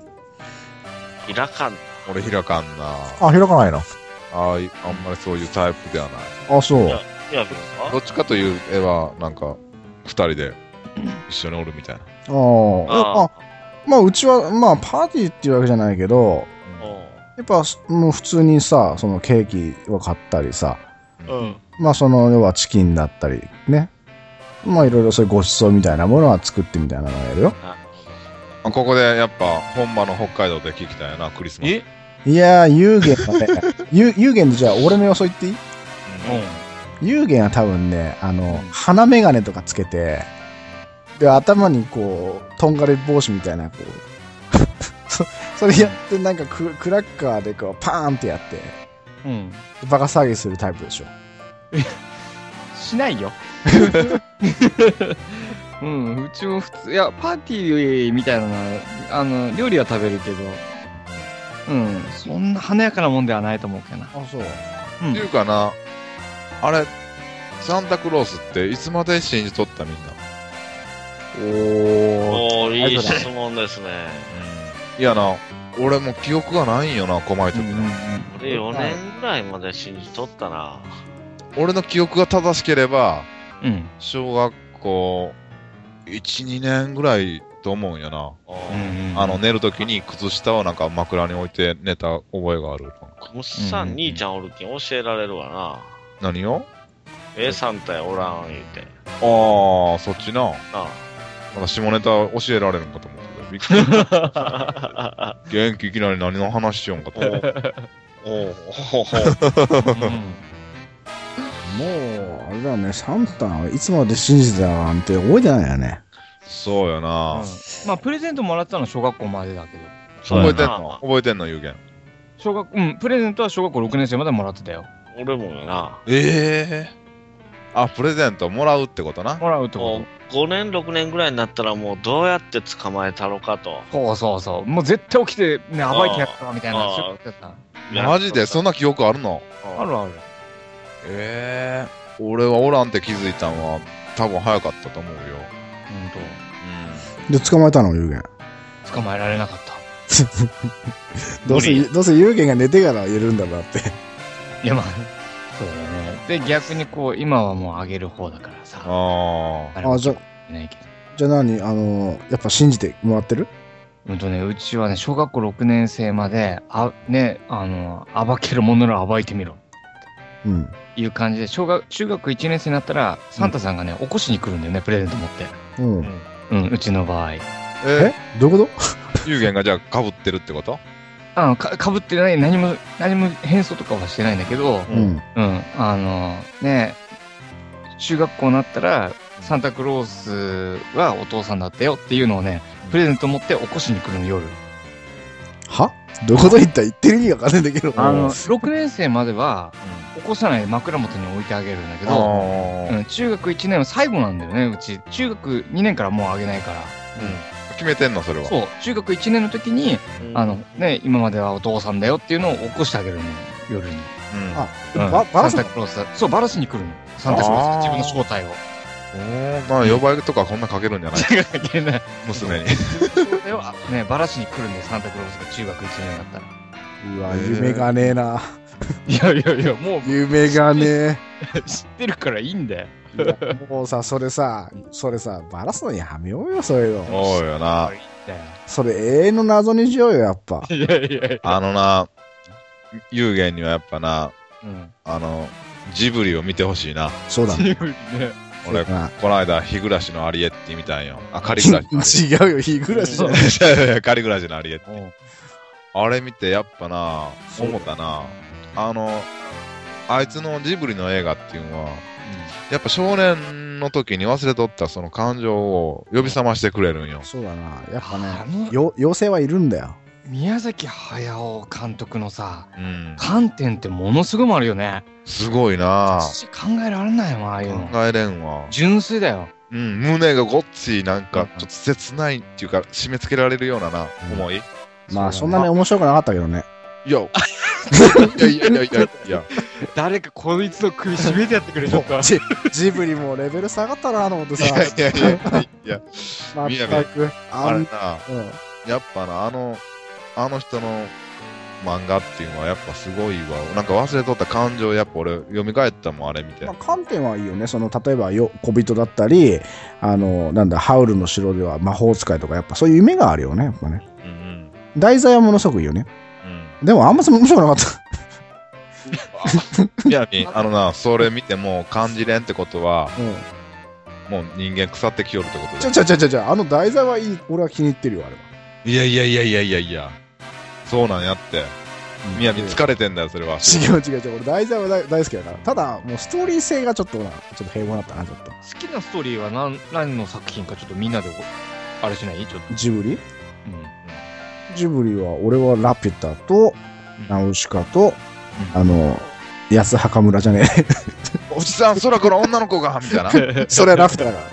D: 開かん。
E: 俺、開かんな。
B: あ、開かないの
E: ああいあんまりそういうタイプではない。
B: あ、そう。
D: いや、別か
E: どっちかという絵は、なんか、二人で一緒におるみたいな。
B: あー
D: あ
B: あ。まあ、うちは、まあ、パーティーっていうわけじゃないけど、やっぱ、もう普通にさ、そのケーキを買ったりさ、
D: うん。
B: まあ、その、要はチキンだったり、ね。まあ、いろいろそういうご馳走みたいなものは作ってみたいなのをやるよ。
E: あここでやっぱ、本場の北海道で聞きたいな、クリスマス。
C: え
B: いやー、有限はね、 有有限でじゃあ、俺の予想言っていい有限は多分ね、あの、鼻眼鏡とかつけて、で、頭にこう、とんがり帽子みたいな、こう、そ それやって、なんかククラッカーでこう、パーンってやって、
C: うん。
B: バカ騒ぎするタイプでしょ。
C: しないよ。 うん、うちも普通、いや、パーティーみたいなのは、あの、料理は食べるけど、うん、そんな華やかなもんではないと思うけどな。
B: あ、そう。
E: っていうかな、あれ、サンタクロースっていつまで信じとったみんな。
B: おー。
D: おー、いい質問ですね。
E: いやな、俺も記憶がないんよな、細い時の。
D: 俺4年ぐらいまで信じとったな。
E: 俺の記憶が正しければ、
C: うん。
E: 小学校1、2年ぐらいと思うんよな。
D: あ
C: う
D: ー
C: ん。
E: あの、寝る時に靴下をなんか枕に置いて寝た覚えがある。なんか
D: もっさ、
C: うんうんん
D: 兄ちゃんおるけん教えられるわな。
E: 何を
D: ええ、サンタやおらん言うて。
E: ああ、そっちな。
D: な
E: なんか下ネタ教えられるんかと思ってた。びっくり。
D: あ。
E: 元気いきなり何の話しようんかと思って。
D: おおほほほ
C: うん
B: もう、あれだよね、サンタはいつまで信じてたなんて覚えてないよね。
E: そうよな。
C: まあ、プレゼントもらってたのは小学校までだけど。
E: 覚えてん
D: な
E: の覚えてんの、有言。
C: 小学、うん、プレゼントは小学校6年生までもらってたよ。
D: 俺もよな。
E: ええあ、プレゼントもらうってことな。
C: もらうって
D: も
C: こ
D: う5年、6年ぐらいになったらもうどうやって捕まえたろかと。
C: と。そうそうそう。もう絶対起きて、ね、暴いてやったわみたいな。
D: あー
C: そういうことやった
E: マジでそんな記憶あるの
D: うん
C: あるある。
E: ええ俺はおらんって気づいたんは多分早かったと思うよ。
C: ほん
B: で、捕まえたの、有限。
C: と。捕まえられなかった。
B: どうせ、
D: 無
B: どうせ有限が寝てから入れるんだろうって。
C: いやまあ、そうだね。で、逆にこう、今はもう上げる方だからさ。
E: ああ。
C: あれ
B: あ、
C: も
B: じゃ、
C: ないけど。
B: じゃあ何あの、やっぱ信じてもらってる
C: うんとね、うちはね、小学校6年生まで、あ、ね、あの、暴けるものなら暴いてみろ。
B: うん。
C: いう感じで、小学、中学1年生になったら、サンタさんがね、起こしに来るんだよね、プレゼント持って。
B: うん。
C: うん、うちの場合。
E: え
B: えどういうこ
E: 有言がじゃあかぶってるってこと
C: あの、か、かぶってない、何も、何も変装とかはしてないんだけど、
B: とうん。
C: うん、あの、ね、中学校になったら、サンタクロースはお父さんだったよっていうのをね、プレゼント持って起こしに来るの夜。
B: はどういうこと言った言ってる意味がわかんないんだけど。
C: あの、6年生までは、起こさない枕元に置いてあげるんだけ
E: あ
C: ど、
E: ー
C: うん、中学1年は最後なんだよね、うち。中学2年からもうあげないから。
E: 決めてんのそれは。
C: そう、中学1年の時に、
D: うん
C: あの、ね、今まではお父さんだよっていうのを起こしてあげるのよ、夜に。
E: うん
B: あ
C: うん
B: ばばらす
C: サンタクロースだそう、バラスに来るの。サンタクロース、自分の正体を。
E: おーなんか呼ばれとかこんなかけるんじゃ ない娘に。
C: それをあ ね、バラしに来るんで、サンタクロースが中学1年だったら。
B: うわ、夢がねえな。
C: いやいやいや、も
B: 夢がね
C: う知ってるからいいんだよ。
B: え。いやもうさ、それさ、それさ、ばらすのやめようよ、そういうの。
E: そうよな。
B: それ永遠の謎にしようよ、やっぱ。
C: いやいやいや。
E: あのな、有言にはやっぱな、
C: うん。
E: あの、ジブリを見てほしいな。
B: そ うだね。
C: 自分ね。
E: 俺、
B: まあ
E: この間、日暮らしのアリエッティ見たんよ。あ、カリ暮らしのアリエッティ
B: 違うよ、日暮 らしじゃない。
E: いやい や仮暮らしのありえって
C: うん
E: あれ見てやっぱな思ったなあのあいつのジブリの映画っていうのはやっぱ少年の時に忘れとったその感情を呼び覚ましてくれるんよ
B: そうだな。やっぱ
C: あ
B: ね、
C: の
B: よ妖精はいるんだよ。
C: 宮崎駿監督のさ、
E: うん
C: 観点ってものすごいもあるよね。
E: すごいな
C: 私考えられないもん、ああいうの。
E: 考えれんわ
C: 純粋だよ。
E: うん胸がごっついなん
C: う
E: か
C: ん
E: ちょっと切ないっていうか締め付けられるようなな
B: うん
E: 思い
B: まあ、そんな
C: ね
B: に面白くなかったけどね。
E: いやいやいやいやいやいや
C: 誰かこいつの首絞めてやってくれ、ちょっと。
B: ジジブリもレベル下がったなと思ってさ、
E: いやいやいやいや
B: ま
E: みんな
B: ったく。
E: あ
B: あ
E: れ
B: ん
E: な
B: うん
E: やっぱな、あの、あの人の漫画っていうのはやっぱすごいわ。なんか忘れとった感情、やっぱ俺、蘇ったもん、あれ見て。
B: まあ、観点はいいよね。その、例えばよ、小人だったり、あの、なんだ、ハウルの城では魔法使いとか、やっぱそういう夢があるよね、やっぱね。
E: うんうん。
B: 題材はものすごくいいよね。
E: うん
B: でも、あんまその面白くなかった。
E: いや、みあのな、それ見ても感じれんってことは、
B: うん。
E: もう人間腐ってきよるってこと
B: ち
E: だ
B: ょちょちょちょちょ、あの題材はいい。俺は気に入ってるよ、あれは。
E: いやいやいやいやいやいや。そうなんやって。みやみ疲れてんだよ、それは。
B: 違う違う違う、俺題材は大大好きだから。ただ、もうストーリー性がちょっとな、ちょっと平凡だったな、ちょっと。
C: 好きなストーリーは何何の作品かちょっとみんなであれしないちょっと、
B: ジブリ
C: うん、
B: ジブリは、俺はラピュタと、
C: うん
B: ナウシカと、
C: うん
B: あの、安墓村じゃね
E: おじさん、空から女の子が、みたいな。
B: え。それはラピュタだから。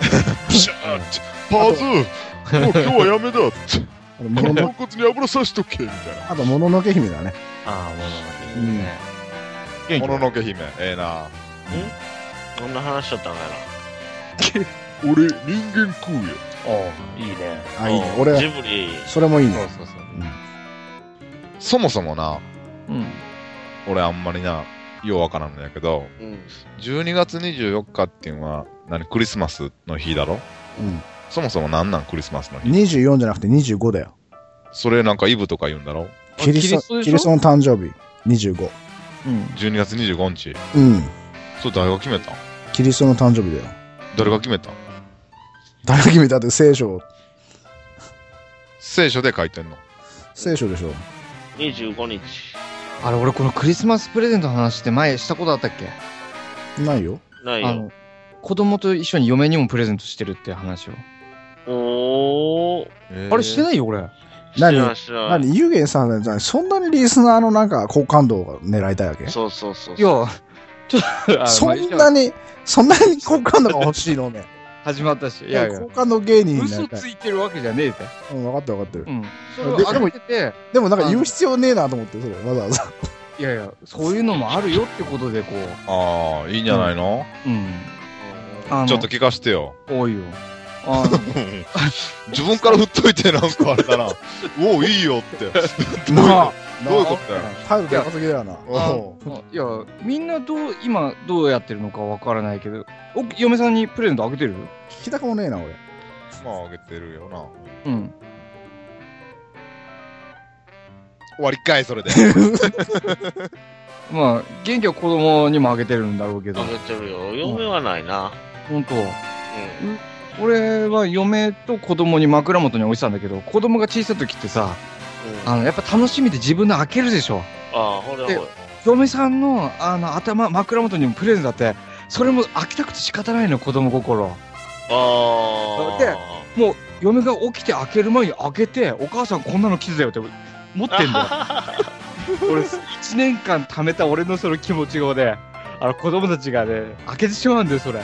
E: プシャーって、パーズー、もう今日はやめだ って、
B: あのもの
E: 豚
B: の
E: 骨に油さしとけ、みたいな。
B: あと、もののけ姫だね。
C: ああ、もののけ姫ね。元気
E: もののけ姫、ええな。
D: こんな話しちゃったんだな。
E: 俺、人間食うよ。
C: おういいね。
B: あ、いいね。
D: うん
B: 俺
D: ジ
B: は、
D: ブリ。
B: それもいいね。
E: そうそう。
B: うん
E: そもそもな、
C: うん。
E: 俺あんまりな、ようわからんのやけど、
D: うん。
E: 12月24日っていうのは、何、クリスマスの日だろ
B: うん。
E: そもそもなんなんクリスマスの日。
B: 24じゃなくて25だよ。
E: それなんかイブとか言うんだろ
C: あ
B: キリス
C: キ
B: ト、
C: リストでしょ
B: キリストの誕生日、25。
C: うん。
E: ?12 月25日。
B: うん。
E: それ誰が決めたん
B: キリストの誕生日だよ。
E: 誰が決めたん
B: 誰が決めたって聖書、
E: 聖書で書いてんの。
B: 聖書でしょ。
D: 25日。
C: あれ、俺このクリスマスプレゼントの話って前したことあったっけ
B: ないよ。
D: ない
C: あ
D: よ。
C: の、子供と一緒に嫁にもプレゼントしてるって話を。
D: おー。
C: あれして
E: い
C: ないよ、俺。
D: 知ら
B: 何
D: ない知らない。
B: 何、ユーゲンさんじゃそんなにリスナーのなんか好感度を狙いたいわけ
D: そうそうそう。
C: いや、ちょっと、あ
B: そん
C: ま
B: な
C: あ
B: に、そんなに好感度が欲しいのね。
C: 始まったし。いやいや
B: 好。感度芸人にな
C: 嘘
B: りたい
C: つ。いてるわけじゃねえぜ。
B: うん、分かってる分かってる。
C: うん。それ
B: で
C: を
B: でも
C: 上げてて、
B: でもなんか言う必要ねえなと思って、それ、わざわざ。
C: いやいや、そういうのもあるよってことで、こう。
E: ああ、いいんじゃないの、
C: うん。
D: うん
C: あの
E: ちょっと聞かしてよ。
C: 多いよ。あの
E: 自分から振っといてなんかあれだな。おお、いいよって。 どういう
B: まあ
E: どういうことだよ。
B: 態度高すぎだよな。
C: あ
E: お
C: の いや、みんなどう、今、どうやってるのかわからないけど、お嫁さんにプレゼントあげてる
B: 聞きたくもねえな、俺。
E: うまあ、あげてるよな。
C: うん。
E: 終わりかい、 それで。
C: まあ、元気は子供にもあげてるんだろうけど
D: あ、げてるよ。嫁はないな。
C: 本当俺は嫁と子供に枕元に置いてたんだけど、子供が小さい時ってさ、
D: うん。うん
C: あの、やっぱ楽しみで自分の開けるでしょ。
D: ああ、ほらほ
C: で
D: ら。
C: 嫁さんの、あの、頭、枕元にもプレゼントあって、それも開けたくて仕方ないのよ、子供心。
D: ああ。
C: でもう、嫁が起きて開ける前に開けて、お母さんこんなの来てたよって、持ってんだよ。 俺1年間貯めた俺のその気持ちをねあの子供たちがね開けてしまうんだよそれ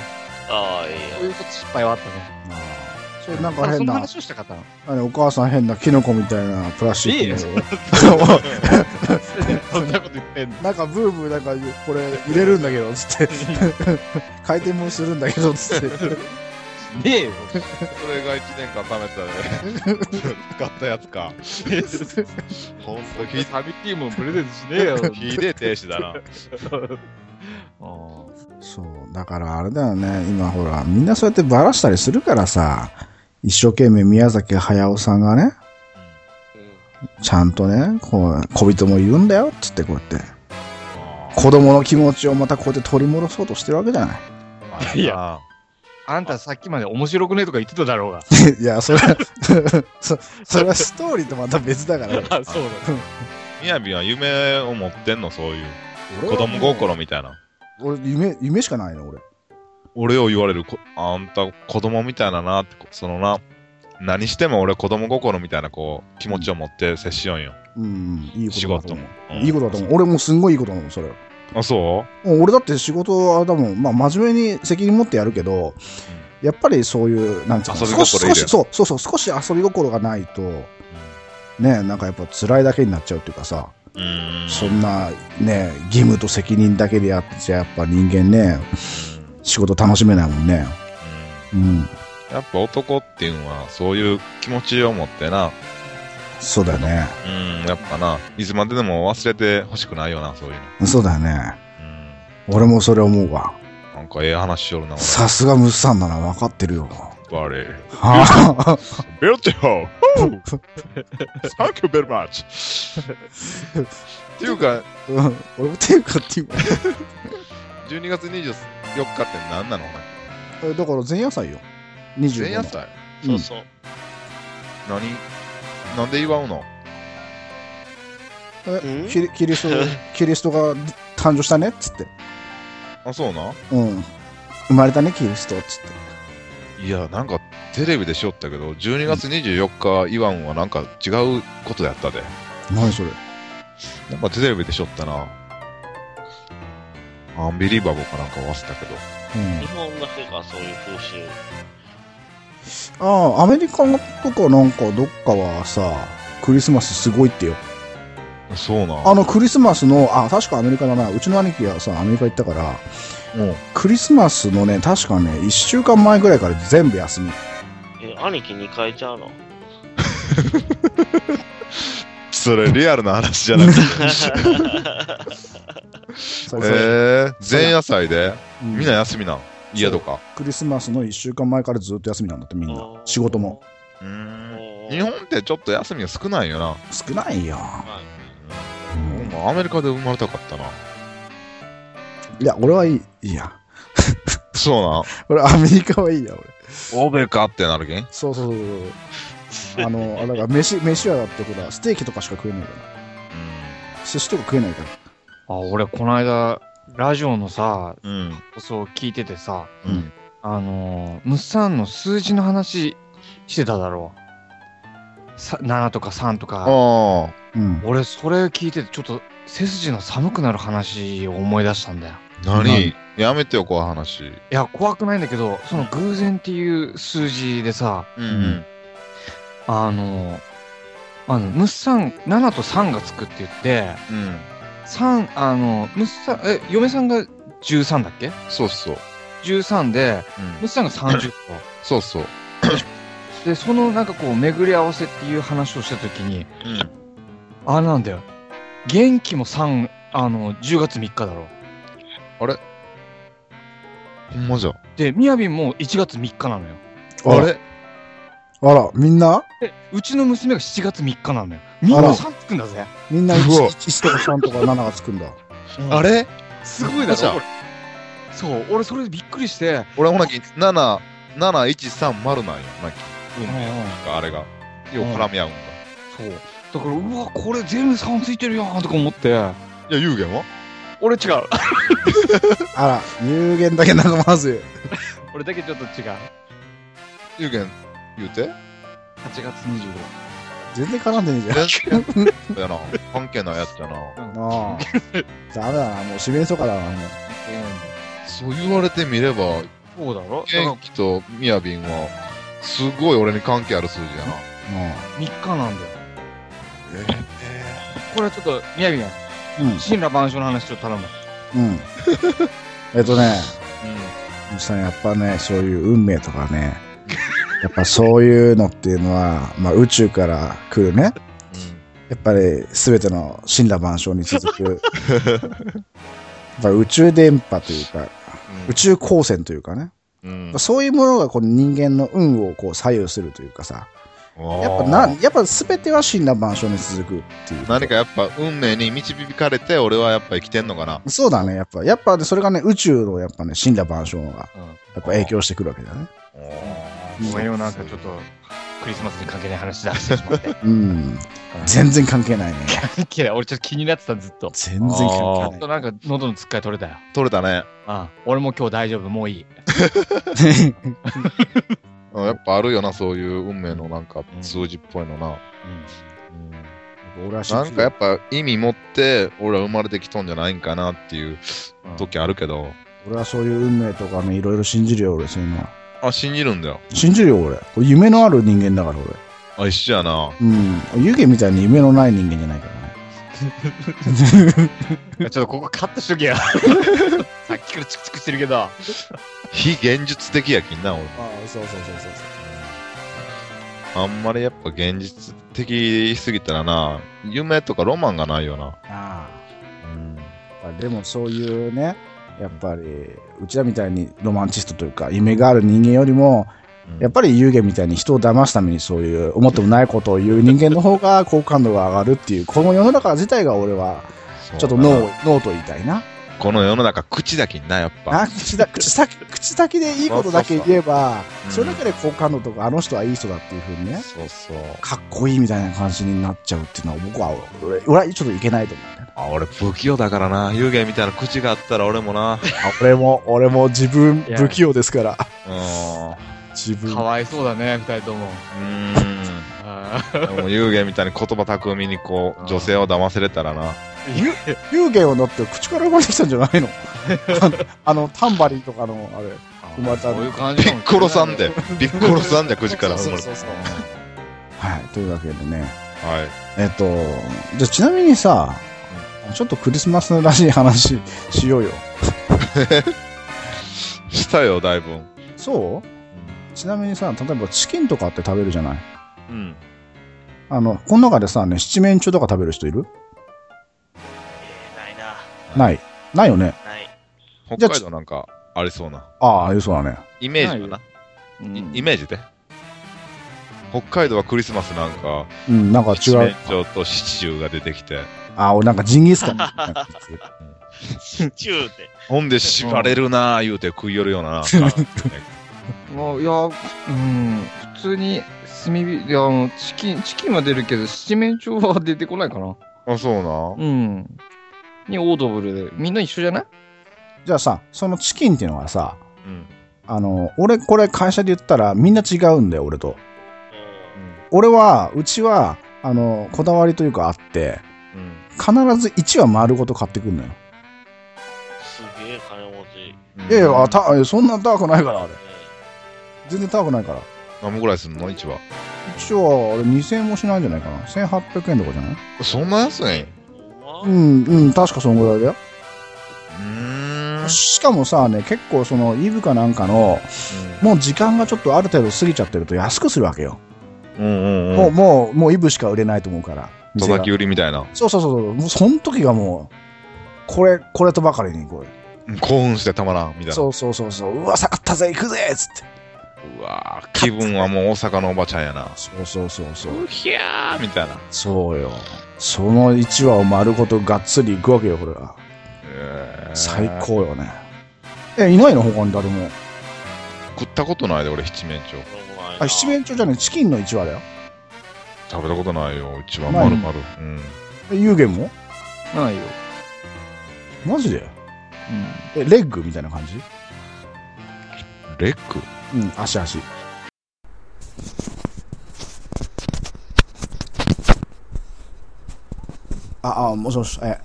D: ああ、いい
C: そういうこと失敗はあったね
B: それなん
C: あ
B: か
C: そ
B: 変
C: の
B: な、
C: 話をしたかったの
B: 何お母さん変なキノコみたいなプラスチックの。
C: そんなこと言ってんの
B: なんかブーブーなんかこれ入れるんだけど、つって。 回転もするんだけど、つって。
C: ねえよ
E: それが1年間貯めたね。使ったやつか。ほんと、ひ
C: ファミリーもプレゼントしねえ よ
E: ひでえ停止だな。
B: そう、だからあれだよね、今ほら、みんなそうやってバラしたりするからさ、一生懸命宮崎駿さんがね、ちゃんとね、こう、小人もいるんだよ、つってこうやって。子供の気持ちをまたこうやって取り戻そうとしてるわけじゃない。
C: いや。あんたさっきまで面白くねえとか言ってただろうが
B: いや、それは そ、それはストーリーとまた別だから。
C: あそう
E: みやびは夢を持ってんの、そういう。
B: 俺は
E: 子供心みたいな。
B: 俺、夢、夢しかないの、俺。
E: 俺を言われる、こあんた子供みたいだなって、そのな、何しても俺子供心みたいなこう気持ちを持って接しよんよ。
B: うん、いいこと
E: 仕
B: だと
E: 事
B: 思
E: も
B: う。。いいことだと思う。俺もうすんごいいいことだもん、それ。
E: うん。あ、そ
B: 俺だって仕事はあれだもん、まあ、真面目に責任持ってやるけど、やっぱりそういう、なんつうの、
E: 遊び
B: 少し、
E: 心いる
B: 少し、そう、そうそう、少し遊び心がないと、
E: う
B: ね、なんかやっぱ辛いだけになっちゃうっていうかさ、
E: うん。うん
B: そんな、ね、義務と責任だけでやってちゃ、やっぱ人間ね、仕事楽しめないもんね。
E: う
B: うん。
E: んやっぱ男っていうのはそういう気持ちを持ってな、
B: そうだよね。
E: うん、やっぱな、いつまででも忘れてほしくないよな、そういうの。
B: そうだよね。
E: うん。
B: 俺もそれ思うわ。
E: なんかええ話しよるな、
B: さすがムッサンだな、分かってるよ。
E: 俺。バレー。
B: は
E: ベルティフル !Thank you very much! っていうか、
B: ぁ、 うん俺もっていうかっていうか
E: 12月24日って何なの
B: えだから前夜祭よ。25
E: 前夜
B: の。
E: 祭
D: そうそう。
E: 何なんで祝うの
D: うん
B: キリキリスト、 キリストが誕生したねっつって。
E: あ、そうな
B: うん。生まれたね、キリストっつって。
E: いや、なんかテレビでしよったけど、12月24日祝うんはなんか違うことやったで。
B: 何それ。
E: なんかテレビでしょったな。アンビリバボーかなんか忘れたけど。
B: うん
D: 日。本だけか、そういう風習。
B: ああ、アメリカとかなんかどっかはさ、クリスマスすごいってよ。
E: そうなん。
B: あの、クリスマスの、あ、確かアメリカだな。うちの兄貴がさ、アメリカ行ったから、
E: うん
B: クリスマスのね、確かね、1週間前ぐらいから全部休み。
D: え、兄貴2回ちゃうの
E: それリアルな話じゃな くて。
B: そ
E: えー、前夜祭で
B: うん
E: みんな休みなん家とか。
B: クリスマスの1週間前からずっと休みなんだって、みんな。仕事も。。
E: う
D: お
E: ん。
D: ー
E: 日本ってちょっと休みが少ないよな。
B: 少ないよ。
D: まあ
B: うん
E: アメリカで生まれたかったな。
B: いや、俺はいい。いいや。
E: そう なん。
B: 俺、アメリカはいいや、俺。
E: 欧米かってなるけん。
B: そうそうそうそう。あの、だから飯、飯屋だってほら、ステーキとかしか食えないから。寿司とか食えないから。
C: あ、俺、この間、ラジオのさ、
E: うん。
C: 放送聞いててさ、
E: うん。
C: あのー、ムッサンの数字の話してただろう。さ7とか3とか。
E: あ
B: うん。。
C: 俺、それ聞いてて、ちょっと背筋の寒くなる話を思い出したんだよ。
E: あ。何やめてよ、こういう話。
C: いや、怖くないんだけど、その偶然っていう数字でさ、
E: うん
C: あのー、あの、ムッサン、7と3がつくって言って、
E: うん。
C: 三あの、ムッサン、え、嫁さんが13だっけ
E: そうそう。
C: ?13 で、
E: うん
C: ムッサンが30個。
E: そうそう。
C: で、そのなんかこう、巡り合わせっていう話をしたときに、
E: うん。
C: あれなんだよ。元気も3、あの、10月3日だろ。
E: ほんまじゃ。
C: で、みやびんも1月3日なのよ。
B: あれあら、みんな
C: で、うちの娘が7月3日なのよ。みんな
B: あら
C: 3つくんだぜ。
B: みんな
E: うわ
B: 1, 1とか3とか7がつくんだ。
E: あれ
C: すごいだ
E: じゃあ
C: ろ。俺そう、俺それでびっくりして、
E: 俺ほなき、7、7、1、3、0なんや。なき。運命
C: うんうん
E: なんかあれが。よう絡み合うんだ。
C: そう。だから、うわ、これ全部3ついてるやんとか思って、
E: いや、有言は
C: 俺違う。
B: あら、有限だけ仲間ずい。
C: 俺だけちょっと違う。
E: 有言言うて
C: 8月25
B: 全然絡んでねえじゃん。
E: だよな。関係ないやつだな。
B: ああ。ダメだな、もう締めそうかだな、もう。
E: そう言われてみれば、
C: そうだろだから
E: 元気とみやびんは、すごい俺に関係ある数字やな。
C: 3日なんだよ。これはちょっと、みやびが、
B: うん。
C: 神羅万象の話ちょっと頼む。
B: うん。うん。 えっとね、
E: うん。
B: ミさん、やっぱね、そういう運命とかね、やっぱそういうのっていうのは、まあ宇宙から来るね、やっぱり全ての神羅万象に続く、や っぱ宇宙電波というか、宇宙光線というかね、
E: うん。
B: そういうものがこの人間の運をこう左右するというかさ、やっぱな、やっぱ全ては神羅万象に続くっていう。
E: 何かやっぱ運命に導かれて俺はやっぱ生きてんのかな。
B: そうだね、やっぱ。やっぱね、それがね、宇宙のやっぱね、神羅万象が、やっぱ影響してくるわけだね。
C: ごめんよ、なんかちょっと、クリスマスに関係ない話だしてしまって。
B: うん。全然関係ないね。
C: 関係ない。俺ちょっと気になってた、ずっと。ち
B: 全然関
C: ょ
B: 係
C: っ
B: な
C: となんか喉のつっかえ取れたよ。
E: 取れたね。
C: あ俺も今日大丈夫、もういい。
B: い。
E: うんやっぱあるよな、そういう運命のなんか数字っぽいのな。
B: 俺は知
E: なんかや
B: っ
E: っぱ意味持って俺は生まれてきとんじゃないんかなっていう時あるけど。
B: 俺はそういう運命とかね、いろいろ信じるよ、俺、そういうのは。
E: あ、信じるんだよ。
B: 信じるよ、俺。俺夢のある人間だから、俺。
E: あ、一緒やな。
B: うん。湯気みたいに夢のない人間じゃないからね。
C: ちょっとここカットしとけよ。さっきからチクチクしてるけど。
E: 非現実的やきんな、俺。
B: ああ、そうそうそうそう
E: あんまりやっぱ現実的すぎたらな、夢とかロマンがないよな。
B: ああ。でもそういうね、やっぱり、うちらみたいにロマンチストというか、夢がある人間よりも、
E: うん
B: やっぱり湯気みたいに人を騙すためにそういう思ってもないことを言う人間の方が好感度が上がるっていう、この世の中自体が俺は
E: そう
B: ちょっと
E: だな
B: ノー、ノーと言いたいな。
E: この世の中口だきんな、やっぱ。
B: あ口だ、口先、口先でいいことだけ言えば、
E: そ
B: そう
E: そ
B: れ
E: う
B: だけで好感度とか、あの人はいい人だっていうふうにね、
E: そうそう。
B: かっこいいみたいな感じになっちゃうっていうのは僕は、俺、俺はちょっといけないと思うんだよね。
E: あ、俺不器用だからな。湯気みたいな口があったら俺も な。
B: あ俺も、俺も自分
C: いや
B: 不器用ですから。
E: うーん。う
B: 自分。
C: かわいそうだね、二人とも。
E: ー
C: あー
E: ん。でも湯気みたいに言葉巧みにこ
C: あー
E: う、女性を騙せれたらな。
B: ゆ湯気はだって口から生まれてきたんじゃないのあの、タンバリンとかの、あれ。
C: あ
B: 生まれた
C: そういう感じ
E: ピ
C: かも
E: ッコロさんで、ピッコロさんで9時から生
B: そう
E: まれ
B: そうそうはいというわけでね
E: た。はい。
B: えっとじゃあちなみにさちょっとクリスマスらしい話しようよ
E: したよ、だいぶん。
B: そうちなみにさ例えばチキンとかって食べるじゃない
E: うん。
B: あのこの中でさね七面鳥とか食べる人いる
D: えーないな。
B: ないないよね
D: ない。
B: じ
E: 北
B: ゃあ
E: 海道なんかありそうな。
B: ああありそうだね
E: イメージかな。
C: うん
E: イイメージで。北海道はクリスマスなんか、
B: うんなんか違
E: 七面
B: う
E: 鳥とシチューが出てきて、
B: ああ俺なんかジンギスカンみたいなやつ
D: シチューって。
E: ほんで縛れるなー言うて食い寄るような、なん かね
C: まあいや、うん、普通に炭火、いや、あの、チキン、チキンは出るけど、七面鳥は出てこないかな。
E: あ、そうな。
C: うん。に、オードブルで、みんな一緒じゃない
B: じゃあさそのチキンっていうのはさ
E: うん。
B: あの、俺、これ会社で言ったらみんな違うんだよ、俺と。
D: う
B: 俺は、うちは、あの、こだわりというかあって、
E: うん。うん
B: 必ず1は丸ごと買ってくんのよ。
D: ん。すげえ金持ち。
E: うん
B: いやいや、あたえそんな高くないから、あれ
D: え。
B: 全然高くないから。
E: 何もぐらいすんの一番。
B: 一応、あれ2000円もしないんじゃないかな。1800円とかじゃない
E: そんな安いんう
D: ーほ
B: うん
D: ま
B: ん、うん、確かそんぐらいだよ。
E: ーん。
B: しかもさ、ね、結構その、イブかなんかの、もう時間がちょっとある程度過ぎちゃってると安くするわけよ。
E: うんうんうん
B: もう、もう、もうイブしか売れないと思うから。店が
E: 叩き売りみたいな。
B: そうそうそうそう。もうその時がもう、これ、これとばかりにこれ。
E: うん興奮してたまらんみたいな。
B: そうそうそうそう。うわ、下がったぜ、行くぜっつって。
E: うわー気分はもう大阪のおばちゃんやな。
B: そうそうそうそう。
E: うひゃーみたいな。
B: そうよ。その1話を丸ごとがっつり行くわけよ、これは。
E: えー
B: 最。高よね。え、いないの他に誰も。
E: 食ったことないで、俺、七面鳥。
D: ないな
B: あ、七面鳥じゃねえ、チキンの1話だよ。
E: 食べたことないよ、一番
B: ない
E: 丸々。うん。
B: え湯気も
C: ないよ。
B: マジでえ、レッグみたいな感じ
E: レッグ
B: うん、足足。あ、あ、もしもし、え、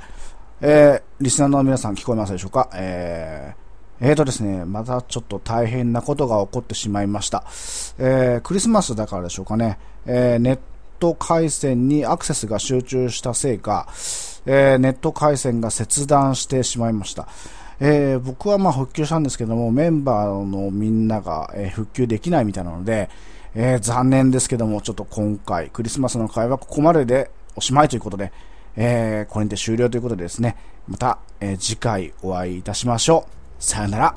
B: えーリスナーの皆さん聞こえますでしょうかえー、えーとですね、またちょっと大変なことが起こってしまいました。えークリスマスだからでしょうかね。えーネット回線にアクセスが集中したせいか、えーネット回線が切断してしまいました。えー僕はまあ復旧したんですけども、メンバーのみんなが、えー復旧できないみたいなので、えー残念ですけども、ちょっと今回、クリスマスの会はここまででおしまいということで、えーこれにて終了ということでですね、また、えー次回お会いいたしましょう。さよなら。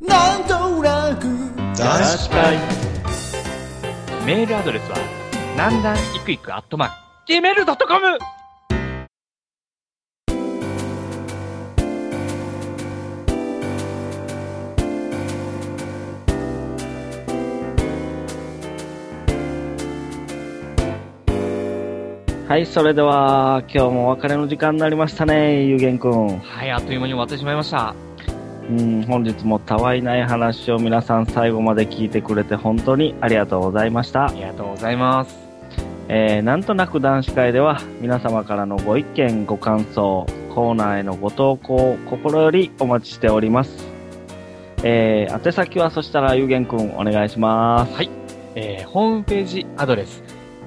F: なんとなく
G: 確かに。メールアドレスは、なんだんいくいくアットマーク、gmail.com!
H: い。はい、それでは、今日もお別れの時間になりましたね、ゆげんくん。
G: はい、あっという間に終わってしまいました。
H: うん、本日もたわいない話を皆さん最後まで聞いてくれて本当にありがとうございました
G: あ。りがとうございます。
H: えーなんとなく男子会では皆様からのご意見、ご感想、コーナーへのご投稿を心よりお待ちしております。えー宛先はそしたらゆげんくんお願いします。
G: えーホームページアドレス、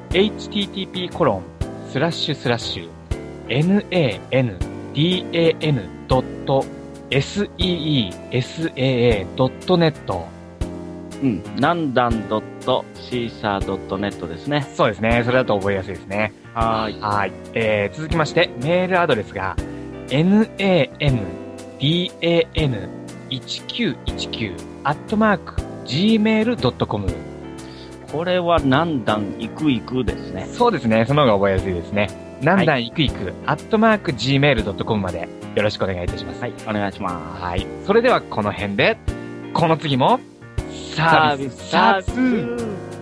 G: http コロンスラッシュスラッシュ nandan.seesaa.net
H: うん、なんだん .caesar.net ですね。
G: そうですね。それだと覚えやすいですね。
H: はーい。
G: はい。えー続きまして、メールアドレスが、nandan1919 アットマーク gmail.com
H: これはなんだんいくいくですね。
G: そうですね。その方が覚えやすいですね。なんだんいくいく、アットマーク gmail.com までよろしくお願いいたします。
H: はい、お願いします。
G: はい。それではこの辺で、この次も、サービス、サービス
H: ビス